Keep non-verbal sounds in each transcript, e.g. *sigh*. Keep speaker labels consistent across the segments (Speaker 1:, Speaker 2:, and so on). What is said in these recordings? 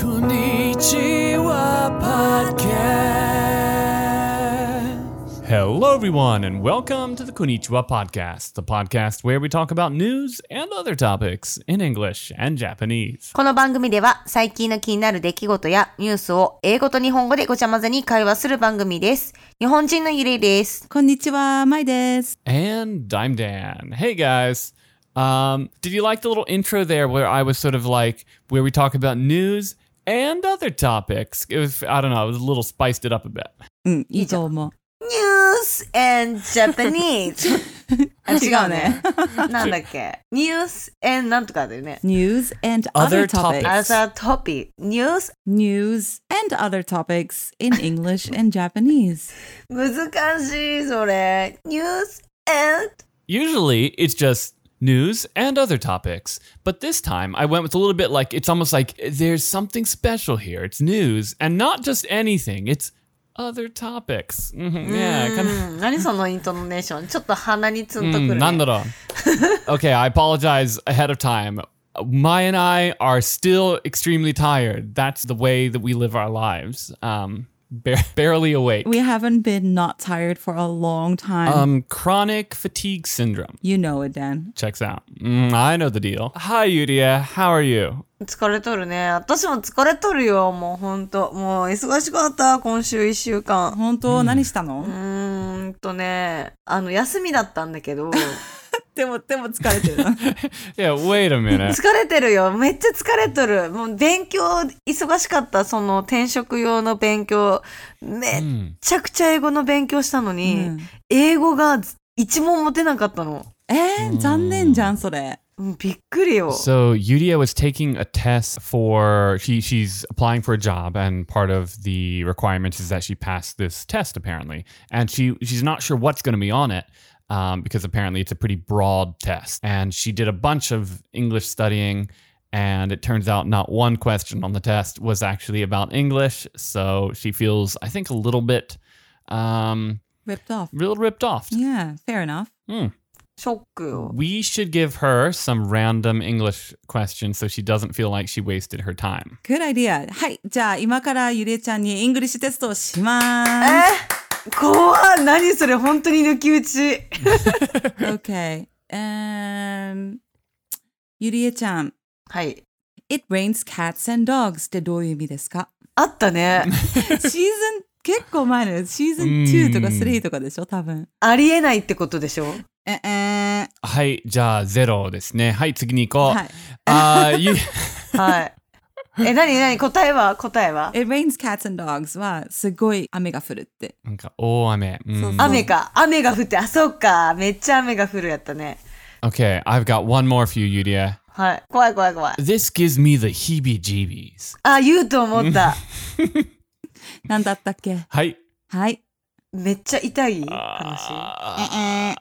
Speaker 1: こんにちは、podcast. Hello, everyone, and welcome to the Konnichiwa Podcast, the podcast where we talk about news and other topics in English and Japanese.
Speaker 2: この番組では最近の気になる出来事やニュースを英語と日本語でごちゃ混ぜに会話する番組です。日本人のゆりです。
Speaker 3: こんにちは、まいです。
Speaker 1: And I'm Dan. Hey, guys. Um, did you like the little intro there where I was sort of like, where we talk about news and other topics? It was, I don't know, it was a little spiced it up a bit.
Speaker 3: うん、いいと思う。
Speaker 2: ニュース and Japanese! *laughs* あ違うね。 *laughs* なんだっけニュース and なんとかだよね。
Speaker 3: News and
Speaker 1: Other
Speaker 3: other
Speaker 1: topics.
Speaker 3: topics.
Speaker 2: As a topic, news
Speaker 3: News and other topics *laughs* in English and Japanese.
Speaker 2: 難しいそれ。ニュース and
Speaker 1: Usually it's just news and other topics, but this time I went with a little bit like it's almost like there's something special here. It's news and not just anything, it's other topics. Mhm, yeah, kind
Speaker 2: うん何そのイントネーションちょっと鼻にツン
Speaker 1: Mm,
Speaker 2: と
Speaker 1: *laughs*
Speaker 2: くる、ね。
Speaker 1: of. *laughs* okay, I apologize ahead of time. Mai and I are still extremely tired. That's the way that we live our lives. Um, bar- *laughs* barely awake.
Speaker 3: We haven't been not tired for a long time.
Speaker 1: Um, chronic fatigue syndrome.
Speaker 3: you know it, Dan.
Speaker 1: Checks out. Mm, I know the deal. Hi, Yuria. How are you?
Speaker 2: 疲れとるね。私も疲れとるよ。もうほんと。もう忙しかった。今週一週間。
Speaker 3: 本当、何したの、
Speaker 2: うーんとね、あの、休みだったんだ
Speaker 3: *laughs*
Speaker 2: けど、疲
Speaker 3: でも、でも疲れて *laughs* る。
Speaker 1: *laughs* Yeah, wait a
Speaker 2: *laughs*
Speaker 1: minute.
Speaker 2: れてるよ。めっちゃ疲れとる。もう勉強、忙しかった。その転職用の勉強。めっちゃくちゃ英語の勉強したのに、
Speaker 3: うん
Speaker 2: 英語が一問も出なかったの。
Speaker 3: えー、残念じゃん、それ。
Speaker 2: うんびっくりよ。
Speaker 1: So Yudia was taking a test for she she's applying for a job and part of the requirements is that she pass this test apparently and she she's not sure what's going to be on it um, because apparently it's a pretty broad test and she did a bunch of English studying and it turns out not one question on the test was actually about English so she feels I think a little bit um
Speaker 3: Ripped off.
Speaker 1: real ripped off.
Speaker 3: Yeah, fair enough.
Speaker 2: ショックよ。
Speaker 1: We should give her some random English questions so she doesn't feel like she wasted her time.
Speaker 3: Good idea. はい、じゃあ今からゆりえちゃんにイングリッシュテストをします。
Speaker 2: え怖っ何それ本当に抜き打ち。
Speaker 3: okay. Um, ゆりえちゃん。
Speaker 2: はい。
Speaker 3: It rains cats and dogs ってどういう意味ですか *laughs*
Speaker 2: あったね。
Speaker 3: シーズン結構前のシーズン
Speaker 1: うん
Speaker 3: 2とか3とかでしょ多分。
Speaker 2: ありえないってことでしょ
Speaker 3: ええ
Speaker 1: はい、じゃあゼロですね。はい、次に行こう。
Speaker 3: はい。
Speaker 1: あーゆ
Speaker 2: はい。え、なになに答えは答えは
Speaker 3: It rains cats and dogs はすごい雨が降るって。
Speaker 1: *laughs* なんか大雨。うん
Speaker 3: そうそう
Speaker 2: 雨か。雨が降って、あ、そうか。めっちゃ雨が降るやったね。
Speaker 1: Okay, I've got one more for you, Yudia.
Speaker 2: はい。怖い怖い怖い。
Speaker 1: This gives me the heebie-jeebies.
Speaker 2: あ、言うと思った。
Speaker 3: なんだったっけ
Speaker 1: はい。
Speaker 3: はい。
Speaker 2: めっちゃ痛い話。
Speaker 1: あ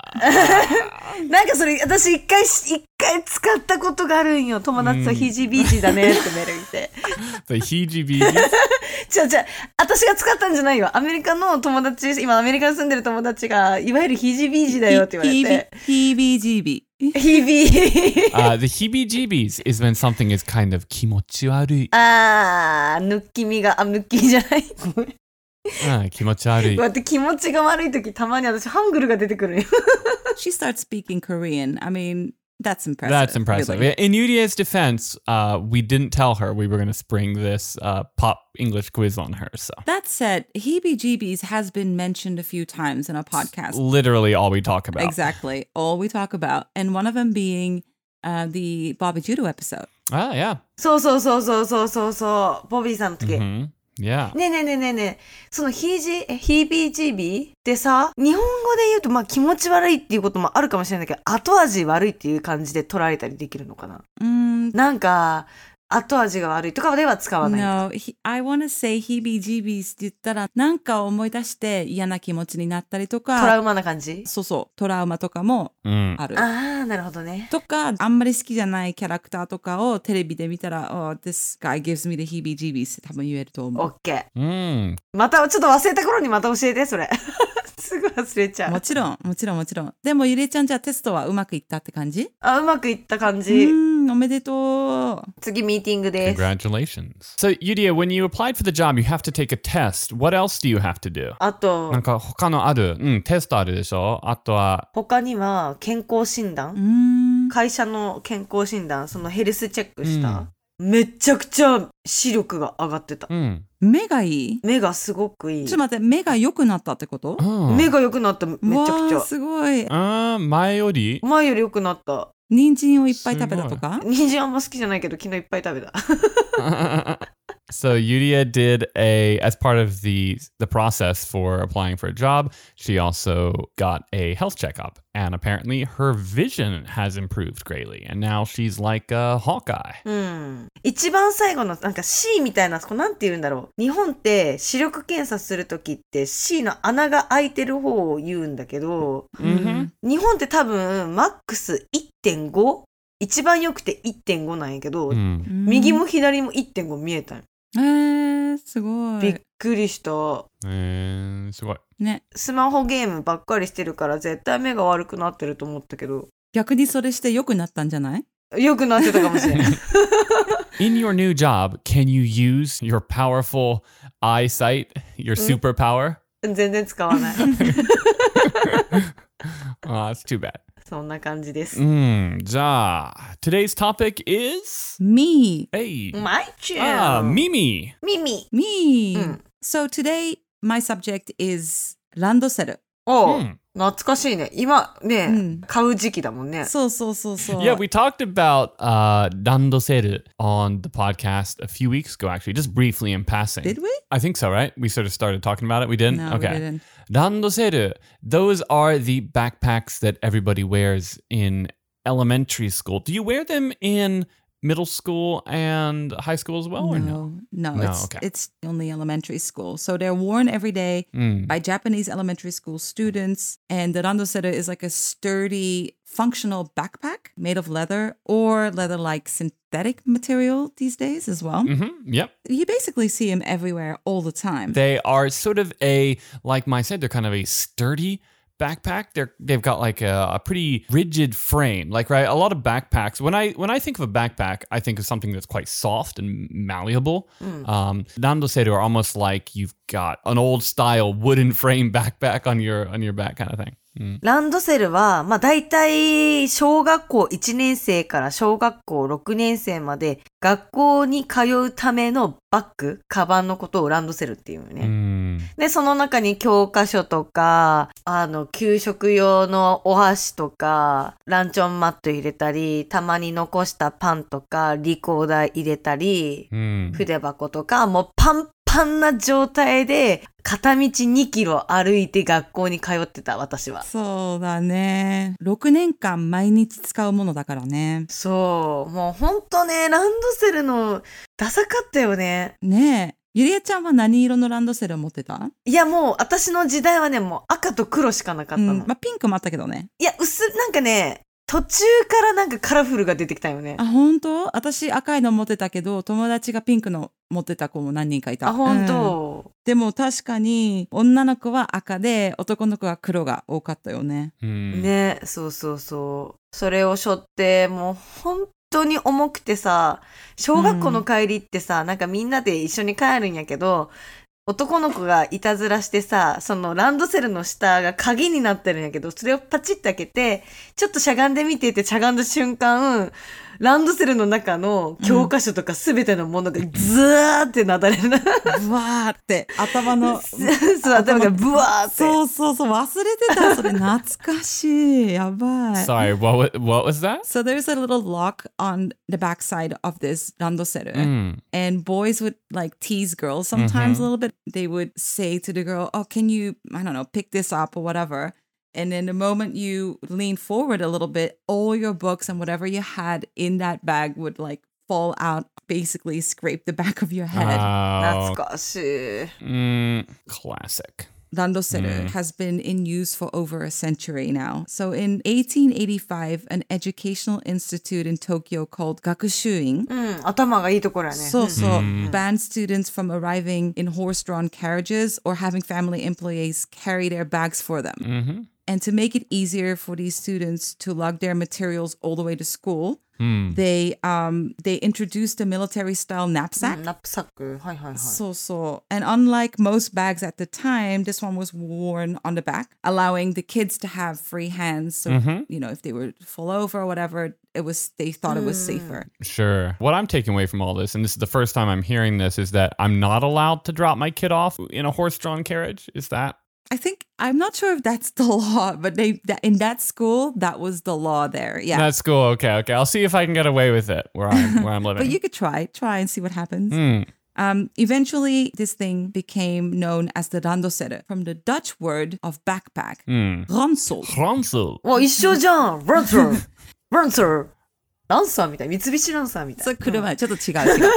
Speaker 2: なんかそれ、私一回し、一回使ったことがあるんよ。友達とひじビージだねってメール見て。 *laughs*
Speaker 1: ー the heebie-jeebies.
Speaker 3: *laughs*
Speaker 2: じゃじゃ私が使ったんじゃないよ。アメリカの友達、今アメリカに住んでる友達が、いわゆるひじビージだよって言われて。
Speaker 3: TBGB。
Speaker 2: ひび。 *laughs*
Speaker 1: Uh, the heebie-jeebies is when something is kind of 気持ち悪い。
Speaker 2: あー、ぬっきみが、あ、ぬっきみじゃない。ごめん
Speaker 1: うん気持ち悪い
Speaker 2: こう。やって気持ちが悪い時たまに私ハングルが出てくるよ
Speaker 3: She starts speaking Korean. I mean, that's impressive.
Speaker 1: That's impressive.
Speaker 3: really.
Speaker 1: In Yudia's defense, uh, we didn't tell her we were going to spring this uh, pop English quiz on her. So
Speaker 3: That said, heebie-jeebies has been mentioned a few times in our podcast.
Speaker 1: literally all we talk about.
Speaker 3: Exactly. All we talk about. And one of them being uh, the Bobby Judo episode.
Speaker 1: Ah, yeah.
Speaker 2: そうそうそうそうそうそうそうボビーさんの時、ね
Speaker 1: hmm Yeah.
Speaker 2: えねえねえねえねえそのヒージえヒービージービーってさ日本語で言うとまあ気持ち悪いっていうこともあるかもしれないけど後味悪いっていう感じで取られたりできるのかな
Speaker 3: Mm,
Speaker 2: なんか後味が悪いとかでは使わない、
Speaker 3: no, he, I want to say heebie-jeebies って言ったら、なんか思い出して嫌な気持ちになったりと
Speaker 2: トラ
Speaker 3: か、
Speaker 2: ウマな感じ
Speaker 3: そうそう、トラウマとかも
Speaker 1: Mm.
Speaker 3: ある。
Speaker 2: ああなるほどね
Speaker 3: とか、あんまり好きじゃないキャラクターとかをテレビで見たら、oh, this guy gives me the heebie-jeebies って多分言えると思
Speaker 2: オ
Speaker 3: う。
Speaker 2: ッケー
Speaker 1: Mm.
Speaker 2: またちょっと忘れた頃にまた教えてそれ *laughs* すぐ忘れちゃ
Speaker 3: も
Speaker 2: う
Speaker 3: ちろん、もちろん、もちろん。でも、ゆりえちゃんじゃあテストはうまくいったって感じ
Speaker 2: あうまくいった感じ
Speaker 3: うん、おめでとう。
Speaker 2: 次ミーティングです。
Speaker 1: Congratulations. So, Yudia, when you applied for the job, you have to take a test. What else do you have to do?
Speaker 2: あと
Speaker 3: Oh.
Speaker 1: なん、か他のある、うん、テストあるでしょあとは、
Speaker 2: 他には健康診断、
Speaker 3: うーん。
Speaker 2: 会社の健康診断、そのヘルスチェックした。めちゃくちゃ視力が上がってた
Speaker 1: う。ん。
Speaker 3: 目がいい
Speaker 2: 目がすごくいい
Speaker 3: ちょっと。待って、目が良くなったってこと
Speaker 1: うん
Speaker 2: 目が良くなった、めちゃくち
Speaker 3: わあ
Speaker 2: ゃ。
Speaker 3: すご
Speaker 1: Oh.
Speaker 3: い。
Speaker 1: あー前より
Speaker 2: 前より良くなった。
Speaker 3: 人参をいっぱい食べたとか
Speaker 2: 人参あんま好きじゃないけど、昨日いっぱい食べた。
Speaker 1: *laughs* so Yulia did a as part of the the process for applying for a job, she also got a health checkup, and apparently her vision has improved greatly, and now she's like a Hawkeye.
Speaker 2: うん。一番最後の、なんか C みたいな、こうなんて言うんだろう。日本って視力検査するときって C の穴が開いてる方を言うんだけど、
Speaker 1: うん
Speaker 2: 日本って多分マックス 1.5? 一番良くて1.5なんやけど、
Speaker 1: Mm.
Speaker 3: うん
Speaker 2: 右も左も1.5見えたんよ
Speaker 3: えー、すご
Speaker 2: びっ
Speaker 3: い。
Speaker 2: くりした。
Speaker 1: And so what?
Speaker 3: ね。
Speaker 2: スマホゲームばっかりしてるから絶対目が悪くなってると思ったけど、
Speaker 3: 逆にそれして良くなったんじゃない
Speaker 2: 良くなってたかもしれ
Speaker 3: *laughs*
Speaker 2: ない。
Speaker 1: In your new job, can you use your powerful eyesight, your superpower?
Speaker 2: 全然使わ
Speaker 3: *laughs*
Speaker 2: ない。
Speaker 1: Aw, that's too bad.
Speaker 2: そんな感じです。
Speaker 1: Mm, ja. Today's topic is
Speaker 3: ?Me,
Speaker 1: hey.
Speaker 2: マイチュ
Speaker 1: Ah,
Speaker 2: ー
Speaker 1: Mimi.
Speaker 2: 耳
Speaker 3: me.、
Speaker 2: うん
Speaker 3: So today, my subject is ランドセル。
Speaker 2: おう
Speaker 1: Mm.
Speaker 2: 懐かしいね。今ね、
Speaker 3: うん
Speaker 2: 買う時期だもんね。
Speaker 3: そうそうそうそう。
Speaker 1: Yeah, we talked about uh, Dandoseru on the podcast a few weeks ago, actually, just briefly in passing.
Speaker 3: Did we?
Speaker 1: I think so, right? We sort of started talking about it. We didn't?
Speaker 3: No, we
Speaker 1: okay.
Speaker 3: didn't.
Speaker 1: Dandoseru, those are the backpacks that everybody wears in elementary school. Do you wear them in middle school and high school as well, or no?
Speaker 3: no, no,
Speaker 1: No,
Speaker 3: it's,
Speaker 1: okay.
Speaker 3: it's only elementary school. So they're worn every day
Speaker 1: Mm.
Speaker 3: by Japanese elementary school students. And the randosera is like a sturdy, functional backpack made of leather or leather like synthetic material these days as well.
Speaker 1: hmm Yep.
Speaker 3: You basically see them everywhere all the time.
Speaker 1: They are sort of a, like Mai said, they're kind of a sturdy backpack. They're they've got like a, a pretty rigid frame. Like right, a lot of backpacks. When I when I think of a backpack, I think of something that's quite soft and malleable. Um, Nandoseru are almost like you've got an old style wooden frame backpack on your on your back kind of thing. Mm.
Speaker 2: ランドセルは、まあ大体、小学校1年生から小学校6年生まで、学校に通うためのバッグ、カバンのことをランドセルっていうよね。
Speaker 1: Mm.
Speaker 2: で、その中に教科書とか、あの、給食用のお箸とか、ランチョンマット入れたり、たまに残したパンとか、リコーダー入れたり、
Speaker 1: Mm.
Speaker 2: 筆箱とか、もうパンパンな状態で、片道2キロ歩いて学校に通ってた、私は。
Speaker 3: そうだね。6年間毎日使うものだからね。
Speaker 2: そう、もうほんとね、ランドセルの、ダサかったよね。
Speaker 3: ねえ。ゆりえちゃんは何色のランドセルを持ってた
Speaker 2: いや、もう私の時代はね、もう赤と黒しかなかっ
Speaker 3: う
Speaker 2: たの。
Speaker 3: ん。まあ、ピンクもあったけどね。
Speaker 2: いや、薄、なんかね、途中からなんかカラフルが出てきたよね。
Speaker 3: あ、本当私赤いの持ってたけど、友達がピンクの持ってた子も何人かいた。
Speaker 2: あ、本
Speaker 3: うん
Speaker 2: 当、
Speaker 3: でも確かに、女の子は赤で、男の子は黒が多かったよね。
Speaker 1: Mm.
Speaker 2: ね、そうそうそう。それを背負って、もう本当に重くてさ、小学校の帰りってさ、なんかみんなで一緒に帰るんやけど、男の子がいたずらしてさ、そのランドセルの下が鍵になってるんやけど、それをパチッて開けて、ちょっとしゃがんでみてってしゃがんだ瞬間、ランドセルの中の教科書とか全てのものがズーってなだれな、
Speaker 3: ブワーって、頭の。
Speaker 2: そう、頭がブワーって。
Speaker 3: そうそうそう、忘れてた。それ懐かしい。やばい。
Speaker 1: Sorry, what wa- what was that?
Speaker 3: So there's a little lock on the backside of this randoseru.
Speaker 1: Mm.
Speaker 3: And boys would like tease girls sometimes a little bit. They would say to the girl, Oh, can you, I don't know, pick this up or whatever. And then the moment you lean forward a little bit, all your books and whatever you had in that bag would like fall out, basically scrape the back of your head.
Speaker 1: Oh,
Speaker 2: 懐かしい。
Speaker 1: mm, classic.
Speaker 3: Landosero has been in use for over a century now. So in 1885, an educational institute in Tokyo called Gakushuin
Speaker 2: うん、頭がいいところやね。
Speaker 3: so so banned students from arriving in horse-drawn carriages or having family employees carry their bags for them.
Speaker 1: Mm-hmm.
Speaker 3: And to make it easier for these students to lug their materials all the way to school,
Speaker 1: Hmm.
Speaker 3: they um, they introduced a military style knapsack.
Speaker 2: ナップサック。はいはいはい。
Speaker 3: So so. And unlike most bags at the time, this one was worn on the back, allowing the kids to have free hands. So
Speaker 1: Mhm.
Speaker 3: you know, if they were to fall over or whatever, it was they thought it was safer.
Speaker 1: Sure. What I'm taking away from all this, and this is the first time I'm hearing this, is that I'm not allowed to drop my kid off in a horse-drawn carriage. Is that?
Speaker 3: I think I'm not sure if that's *laughs* the law, but they that, in that school that was the law there. Yeah.
Speaker 1: That's cool. Okay. Okay. I'll see if I can get away with it where I'm
Speaker 3: *laughs*
Speaker 1: where I'm living.
Speaker 3: But you could try, try and see what happens.
Speaker 1: Hmm.
Speaker 3: Um, eventually, this thing became known as the randosere from the Dutch word of backpack,
Speaker 1: Hmm.
Speaker 3: ransel.
Speaker 1: Ransel.
Speaker 2: わ、一緒じゃん。ランサー。ランサー。ランサーみたい。三菱ランサーみたい。 *laughs*
Speaker 3: So, 車、ちょっと違う、違う。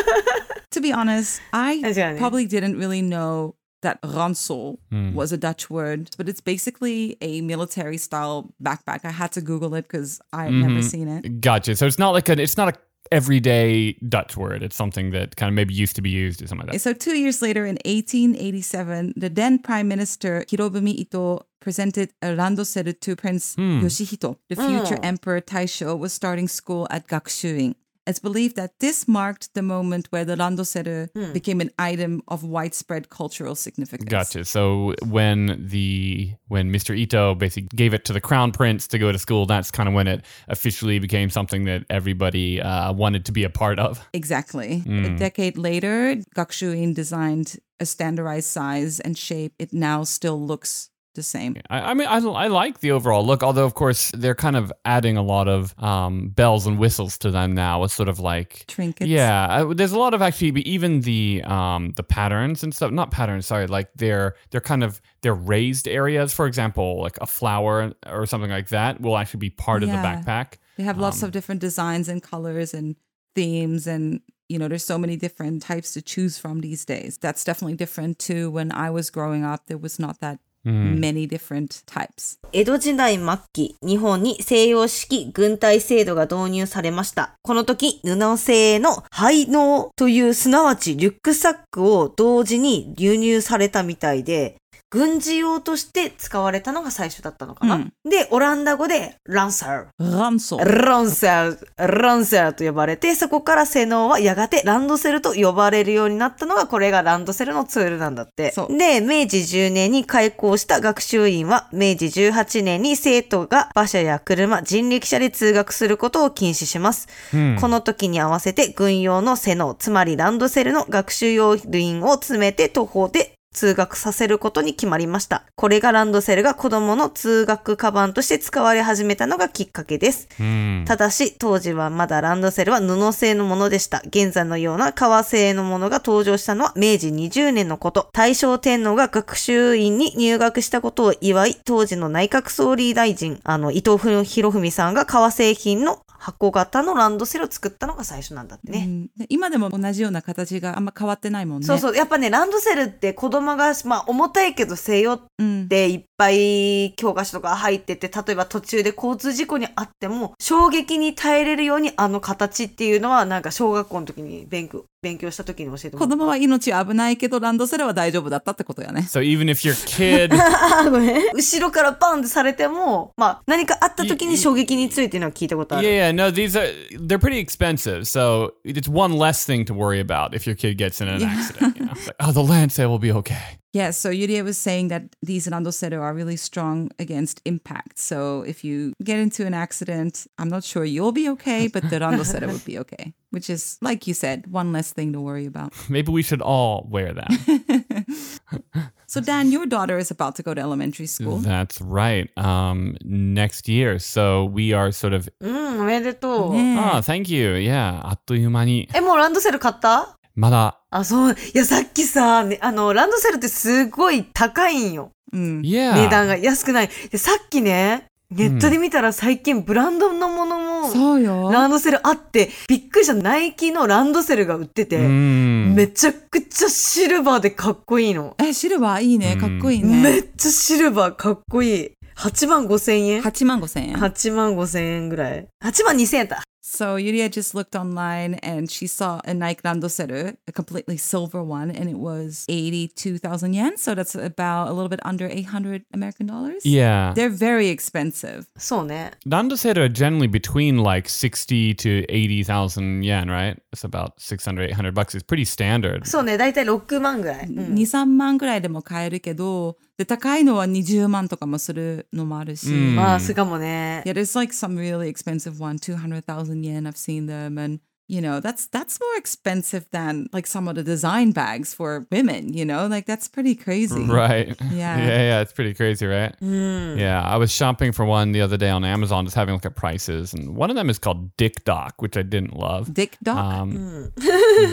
Speaker 3: to be honest, I
Speaker 2: 確かに。
Speaker 3: probably didn't really know that ransel
Speaker 1: Hmm.
Speaker 3: was a Dutch word, but it's basically a military style backpack. I had to Google it because I've never
Speaker 1: Mhm.
Speaker 3: seen it.
Speaker 1: Gotcha. So it's not like an it's not a everyday Dutch word. It's something that kind of maybe used to be used or something like that.
Speaker 3: So, two years later, in 1887, the then Prime Minister Hirobumi Ito presented a randosere to Prince
Speaker 1: Hmm.
Speaker 3: Yoshihito. The future
Speaker 2: Mm.
Speaker 3: Emperor Taisho was starting school at Gakushuin. It's believed that this marked the moment where the randosere
Speaker 2: Hmm.
Speaker 3: became an item of widespread cultural significance.
Speaker 1: Gotcha. So when the when Mr. Ito basically gave it to the crown prince to go to school, that's kind of when it officially became something that everybody uh, wanted to be a part of.
Speaker 3: Exactly.
Speaker 1: Mm.
Speaker 3: A decade later, Gakushuin designed a standardized size and shape. It now still looks the same.
Speaker 1: I, I mean, I, I like the overall look, although of course they're kind of adding a lot of um, bells and whistles to them now. It's sort of like
Speaker 3: Trinkets.
Speaker 1: yeah, I, there's a lot of actually but even the um the patterns and stuff. Not patterns, sorry. Like they're they're kind of they're raised areas. For example, like a flower or something like that will actually be part of the
Speaker 3: Yeah.
Speaker 1: backpack.
Speaker 3: They have lots
Speaker 1: Um,
Speaker 3: of different designs and colors and themes and you know there's so many different types to choose from these days. That's definitely different to when I was growing up. There was not that
Speaker 1: Mm.
Speaker 3: many different types.
Speaker 2: 江戸時代末期、日本に西洋式軍隊制度が導入されました。この時、布製の配納という、すなわちリュックサックを同時に輸入されたみたいで、軍事用として使われたのが最初だったのかな。
Speaker 3: うん
Speaker 2: で、オランダ語でランサ
Speaker 3: Ransel.
Speaker 2: ー、ランサー、ランサーと呼ばれて、そこから性能はやがてランドセルと呼ばれるようになったのが、これがランドセルのツールなんだって。
Speaker 3: そう
Speaker 2: で、明治10年に開校した学習院は、明治18年に生徒が馬車や車、人力車で通学することを禁止します。
Speaker 1: Hmm.
Speaker 2: この時に合わせて軍用のセノー、つまりランドセルの学習用品を詰めて徒歩で通学させることに決まりました。これがランドセルが子供の通学カバンとして使われ始めたのがきっかけです。
Speaker 1: Hmm.
Speaker 2: ただし、当時はまだランドセルは布製のものでした。現在のような革製のものが登場したのは明治20年のこと。大正天皇が学習院に入学したことを祝い、当時の内閣総理大臣、あの、伊藤博文さんが革製品の箱型のランドセルを作ったのが最初なんだってね。
Speaker 3: うんで今でも同じような形があんま変わってないもんね。
Speaker 2: そうそう。やっぱね、ランドセルって子供が、まあ、重たいけど西洋っ
Speaker 3: うん
Speaker 2: でいっぱい教科書とか入ってて例えば途中で交通事故にあっても衝撃に耐えれるようにあの形っていうのはなんか小学校の時に勉強勉強した時に教えても
Speaker 3: *laughs*
Speaker 2: ら
Speaker 3: 子
Speaker 2: っ
Speaker 3: 供は命危ないけどランドセルは大丈夫だったってことやね。
Speaker 1: So even if your kid
Speaker 2: たごめん後ろからバンってされても、まあ、何かあった時に衝撃についていうのは聞いたことあ
Speaker 1: Yeah, yeah,
Speaker 2: る。
Speaker 1: no, these are they're pretty expensive, so it's one less thing to worry about if your kid gets in an
Speaker 3: Yeah.
Speaker 1: accident. You know? It's like, oh, the land sale will be okay. *laughs*
Speaker 3: Yeah, so Yuria was saying that these randosero are really strong against impact. So if you get into an accident, I'm not sure you'll be okay, but the randosero would be okay, which is, like you said, one less thing to worry about.
Speaker 1: Maybe we should all wear that.
Speaker 3: So Dan, your daughter is about to go to elementary school.
Speaker 1: That's right. Um, next year, so we are sort of.
Speaker 2: うん、おめでとう。
Speaker 1: Ah,
Speaker 3: Yeah.
Speaker 1: thank you. Yeah, あっという間に
Speaker 2: え、もうランドセル買った
Speaker 1: まだ。
Speaker 2: あ、そう。いや、さっきさ、ね、あの、ランドセルってすごい高いんよ。
Speaker 3: Mm.
Speaker 2: 値
Speaker 1: Yeah.
Speaker 2: 段が安くない。で、さっきね、ネットで見たら最近ブランドのものも、
Speaker 3: So yo.
Speaker 2: ランドセルあって、びっくりした。ナイキのランドセルが売ってて、
Speaker 1: Mm.
Speaker 2: めちゃくちゃシルバーでかっこいいの。
Speaker 3: え、シルバーいいね。
Speaker 1: うん
Speaker 3: かっこいい
Speaker 2: め
Speaker 3: *laughs* ね。
Speaker 2: っちゃシルバーかっこいい。8万5千円
Speaker 3: 8万5千円。
Speaker 2: ?8 万5千円ぐらい。8万2千円だ。
Speaker 3: So Yuria just looked online and she saw a Nike Randoseru, a completely silver one, and it was 82,000 yen. So that's about a little bit under 800 American dollars.
Speaker 1: Yeah.
Speaker 3: They're very expensive.
Speaker 2: そうね。
Speaker 1: Landosera are generally between like 60 to 80,000 yen, right? It's about 600, 800 bucks. It's pretty standard.
Speaker 2: そうね。だいたい6万ぐらい。うん
Speaker 3: 2、3万ぐらいでも買えるけど、で、高いのは20万とかもするのもあるし。
Speaker 1: うん
Speaker 2: まあ、すかもね。
Speaker 3: Yeah, there's like some really expensive one, 200,000 yen. I've seen them and you know, that's that's more expensive than like some of the design bags for women, you know? Like that's pretty crazy.
Speaker 1: Right. *laughs*
Speaker 3: Yeah. Mm.
Speaker 1: Yeah, yeah. It's pretty crazy, right?
Speaker 2: うん。
Speaker 1: Yeah. I was shopping for one the other day on Amazon, just having a look at prices. And one of them is called Dick Doc, which I didn't love.
Speaker 3: Dick doc.
Speaker 2: う
Speaker 1: Um,
Speaker 2: ん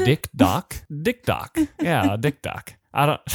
Speaker 1: Dick Doc? Dick Doc. Yeah, Dick Doc. I don't. *laughs*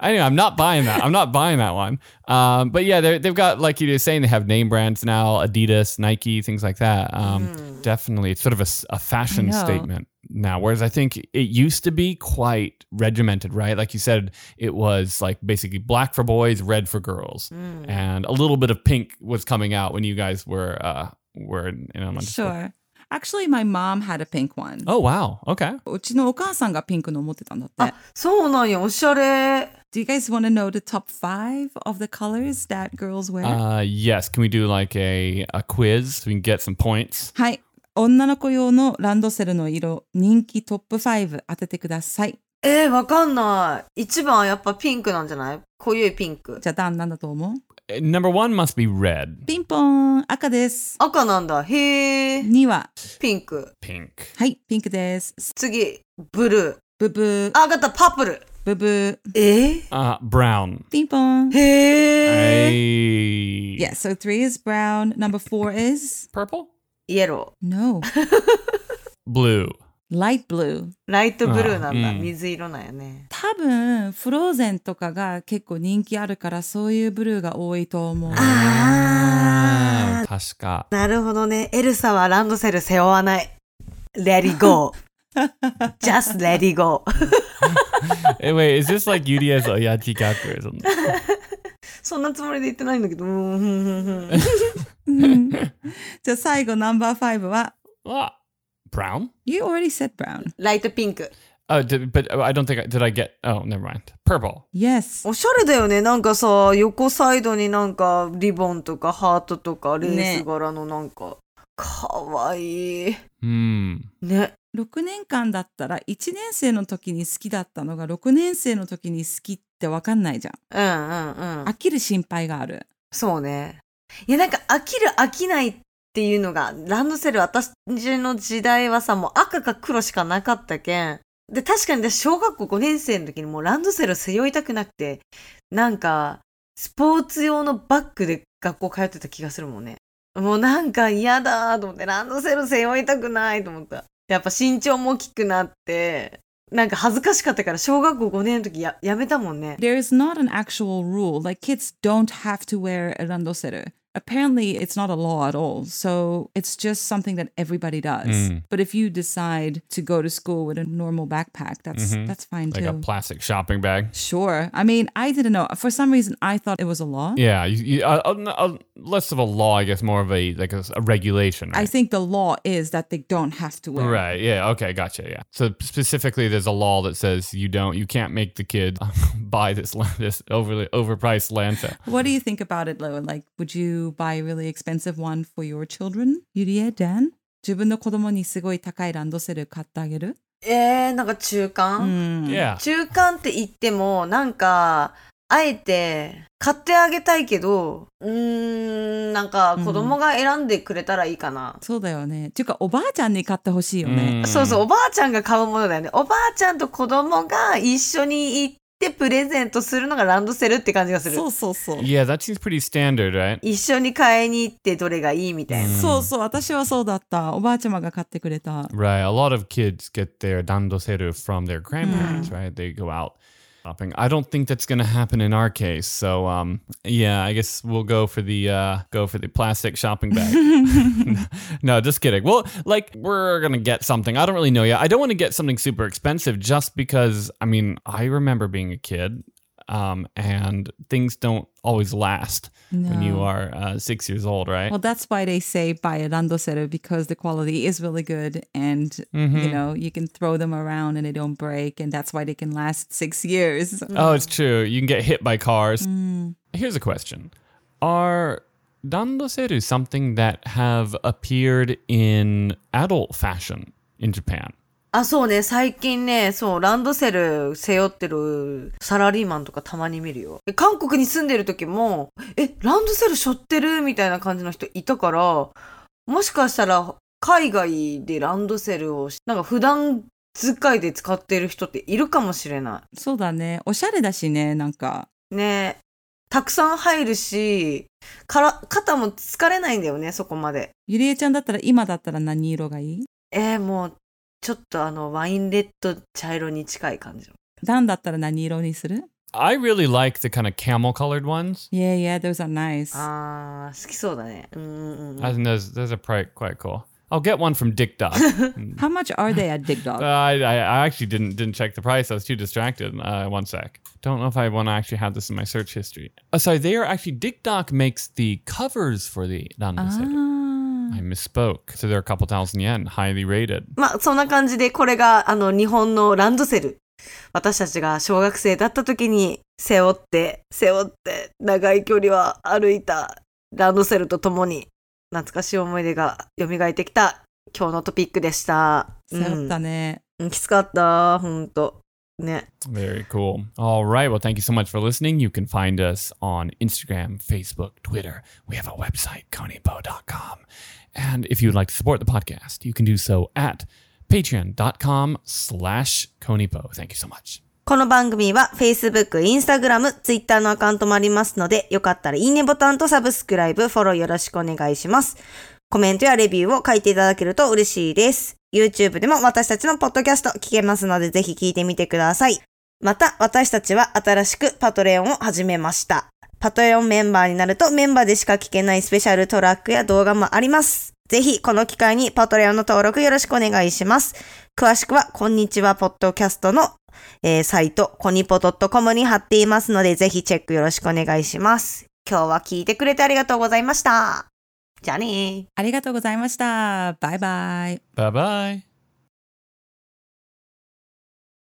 Speaker 1: Anyway, I'm not buying that. I'm not buying that one. Um, but yeah, they're- they've got like you were saying, they have name brands now: Adidas, Nike, things like that. Um,
Speaker 2: Mm.
Speaker 1: Definitely, it's sort of a, s- a
Speaker 3: I
Speaker 1: fashion
Speaker 3: know.
Speaker 1: statement now. Whereas I think it used to be quite regimented, right? Like you said, it was like basically black for boys, red for girls,
Speaker 2: うん。
Speaker 1: and a little bit of pink was coming out when you guys were uh, were in, in elementary school.
Speaker 3: sure. Actually, my mom had a pink one.
Speaker 1: Oh wow. Okay.
Speaker 3: うちのお母さんがピンクの持ってたんだって
Speaker 2: あ。、そうなんや。おしゃれ。
Speaker 3: Do you guys want to know the top five of the colors that girls wear?
Speaker 1: Uh, yes. Can we do like a, a quiz so we can get some points?
Speaker 3: はい。女の子用のランドセルの色、人気トップ5当ててください。
Speaker 2: えー、わかんない。一番はやっぱピンクなんじゃない濃ゆいピンク。
Speaker 3: じゃあ、ダンなんだと思う
Speaker 1: Uh, Number one must be red.
Speaker 3: ピンポーン赤です。
Speaker 2: 赤なんだ。へえ。
Speaker 3: 2は、
Speaker 2: ピンク。
Speaker 1: Pink.
Speaker 3: はい、ピンクです。
Speaker 2: 次、ブルー。
Speaker 3: ブブー、
Speaker 2: あ、わかった。パープル。
Speaker 3: ブブー、
Speaker 2: えー、
Speaker 1: Uh, brown.
Speaker 3: ピンポン。
Speaker 2: へえ。
Speaker 1: Hey.
Speaker 3: Yeah, so three is brown. Number four is
Speaker 1: Purple.
Speaker 2: イエロ
Speaker 3: no,
Speaker 1: Blue.
Speaker 3: light
Speaker 2: ー。
Speaker 3: blue.
Speaker 2: ライトブルーなんだ。
Speaker 1: あうん
Speaker 2: 水色なんやね。
Speaker 3: 多分、フローゼンとかが結構人気あるから、そういうブルーが多いと思う。
Speaker 1: Ah,
Speaker 2: あ
Speaker 1: Tashka.
Speaker 2: なるほどね。エルサはランドセル背負わない。Let it go.
Speaker 1: *laughs*
Speaker 2: Just let it go.
Speaker 1: Eh, Wait, is this like UDS Oyachikaku or something?
Speaker 2: そんなつもりで言ってないんだけど。うんうんうんうん
Speaker 3: うんじゃあ最後、ナンバーファイブは、
Speaker 1: Ah, brown?
Speaker 3: You already said brown.
Speaker 2: ライトピンク。
Speaker 1: Oh, did, but I don't think I did. I get. Oh, never mind. Purple.
Speaker 3: Yes.
Speaker 2: おしゃれだよね。なんかさ、横サイドになんかリボンとかハートとかレース柄のなんか、かわいい。
Speaker 1: Hmm.
Speaker 2: ね。
Speaker 3: 6年間だったら、1年生の時に好きだったのが、6年生の時に好きってわかんないじゃん。
Speaker 2: うんうんうん
Speaker 3: 飽。きる心配がある。
Speaker 2: そうね。いや、なんか飽きる飽きないっていうのが、ランドセル私の時代はさ、もう赤か黒しかなかったけん。で、確かに私小学校5年生の時にもうランドセル背負いたくなくて、なんか、スポーツ用のバッグで学校通ってた気がするもんね。もうなんか嫌だと思って、ランドセル背負いたくないと思った。やっぱ身長も大きくなって、なんか恥ずかしかったから小学校5年の時ややめたもんね。
Speaker 3: There is not an actual rule. Like kids don't have to wear a randoseru. Apparently, it's not a law at all. So it's just something that everybody does.
Speaker 1: Mm.
Speaker 3: But if you decide to go to school with a normal backpack, that's
Speaker 1: Mhm.
Speaker 3: that's fine
Speaker 1: Like a
Speaker 3: too.
Speaker 1: plastic shopping bag.
Speaker 3: sure. I mean, I didn't know. For some reason, I thought it was a law.
Speaker 1: Yeah. You, you, uh, uh, uh, less of a law, I guess, more of a like a, a regulation. Right?
Speaker 3: I think the law is that they don't have to wear. it.
Speaker 1: Right. Yeah. Okay. Gotcha. Yeah. So specifically, there's a law that says you don't, you can't make the kid *laughs* buy this la- this overly overpriced Lanta.
Speaker 3: What do you think about it, Lo? Like, would you buy a really expensive one for your children? Yurie, Dan? 自分の子供にすごい高いランドセル買ってあげる Hmm.
Speaker 2: えー、なんか中間、
Speaker 3: うん。
Speaker 1: Yeah.
Speaker 2: 中間って言っても、なんか、あえて、買ってあげたいけど、うーん、なんか子供が選んでくれたらいいかな。
Speaker 3: そうだよね。っていうか、おばあちゃんに買ってほしいよね。
Speaker 1: Mm.
Speaker 2: そうそう、おばあちゃんが買うものだよね。おばあちゃんと子供が一緒に行ってプレゼントするのがランドセルって感じがする。
Speaker 3: そうそうそう。
Speaker 1: Mm. Yeah, that seems pretty standard, right?
Speaker 2: 一緒に買いに行ってどれがいいみたいな。
Speaker 1: うん
Speaker 3: そうそう、私はそうだった。おばあちゃまが買ってくれた。
Speaker 1: Right. A lot of kids get their dandoseru from their grandparents,
Speaker 3: Mm.
Speaker 1: right? They go out shopping. I don't think that's going to happen in our case. So, um, yeah, I guess we'll go for the uh, go for the plastic shopping bag. *laughs* no, just kidding. Well, like we're gonna get something. I don't really know yet. I don't want to get something super expensive just because. I mean, I remember being a kid. um, and things don't always last when you are uh, six years old, right?
Speaker 3: Well, that's why they say bailando cero because the quality is really good and
Speaker 1: Mhm.
Speaker 3: you know, you can throw them around and they don't break and that's why they can last 6 years.
Speaker 1: Oh, it's true. You can get hit by cars.
Speaker 3: Mm.
Speaker 1: Here's a question. Are dandoseru something that have appeared in adult fashion in Japan?
Speaker 2: あ、そうね。最近ね、そう、ランドセル背負ってるサラリーマンとかたまに見るよ。え韓国に住んでる時も、え、ランドセル背負ってるみたいな感じの人いたから、もしかしたら海外でランドセルをし、なんか普段使いで使ってる人っているかもしれな
Speaker 3: そうだね。おしゃれだしね、なんか。
Speaker 2: い。ねたくさん入るし、から、肩も疲れないんだよね、そこまで。
Speaker 3: ゆりえちゃんだったら今だったら何色がいい
Speaker 2: えーもう、ちょっとあの、ワインレッド茶色に近い感じ。
Speaker 3: ダンだったら何色にする
Speaker 1: I really like the kind of camel colored ones.
Speaker 3: Yeah, yeah, those are nice.
Speaker 2: あー、好きそうだね。うんうんうん。
Speaker 1: I think those, those are pri- quite cool. I'll get one from Dick Duck.
Speaker 3: How much are they at Dig
Speaker 1: Uh,
Speaker 3: Dog?
Speaker 1: I, I I actually didn't didn't check the price. I was too distracted. Uh, one sec. Don't know if I want to actually have this in my search history. Oh, sorry, they are actually Dick Doc makes the covers for the
Speaker 3: Ah.
Speaker 1: Nandaseru. I
Speaker 3: あ
Speaker 1: misspoke. So they're a couple thousand yen, highly rated.
Speaker 2: まあ、そんな感じで、これが、あの、日本のランドセル。私たちが小学生だった時に、背負って、背負って、長い距離は歩いたランドセルと共に、懐かしい思い出が蘇ってきた、今日のトピックでした。
Speaker 3: あ、そうだったね。
Speaker 2: うん、きつかった、ほんと。ね。
Speaker 1: Very cool. All right. Well, thank you so much for listening. You can find us on Instagram, Facebook, Twitter. We have a website, conipo.com. And if you'd like to support the podcast, you can do so at patreon.com slash conipo. Thank you so much.
Speaker 2: この番組は Facebook、Instagram、Twitter のアカウントもありますので、よかったらいいねボタンとサブスクライブ、フォローよろしくお願いします。コメントやレビューを書いていただけると嬉しいです。YouTube でも私たちのポッドキャスト聞けますので、ぜひ聞いてみてください。また、私たちは新しくパトレオンを始めました。パトレオンメンバーになるとメンバーでしか聞けないスペシャルトラックや動画もあります。ぜひ、この機会にパトレオンの登録よろしくお願いします。詳しくは、こんにちはポッドキャストのえーサイト、コニポ .com に貼っていますので、ぜひチェックよろしくお願いします。今日は聞いてくれてありがとうございました。じゃあねー。
Speaker 3: ありがとうございました。バイバイ。
Speaker 1: Bye bye.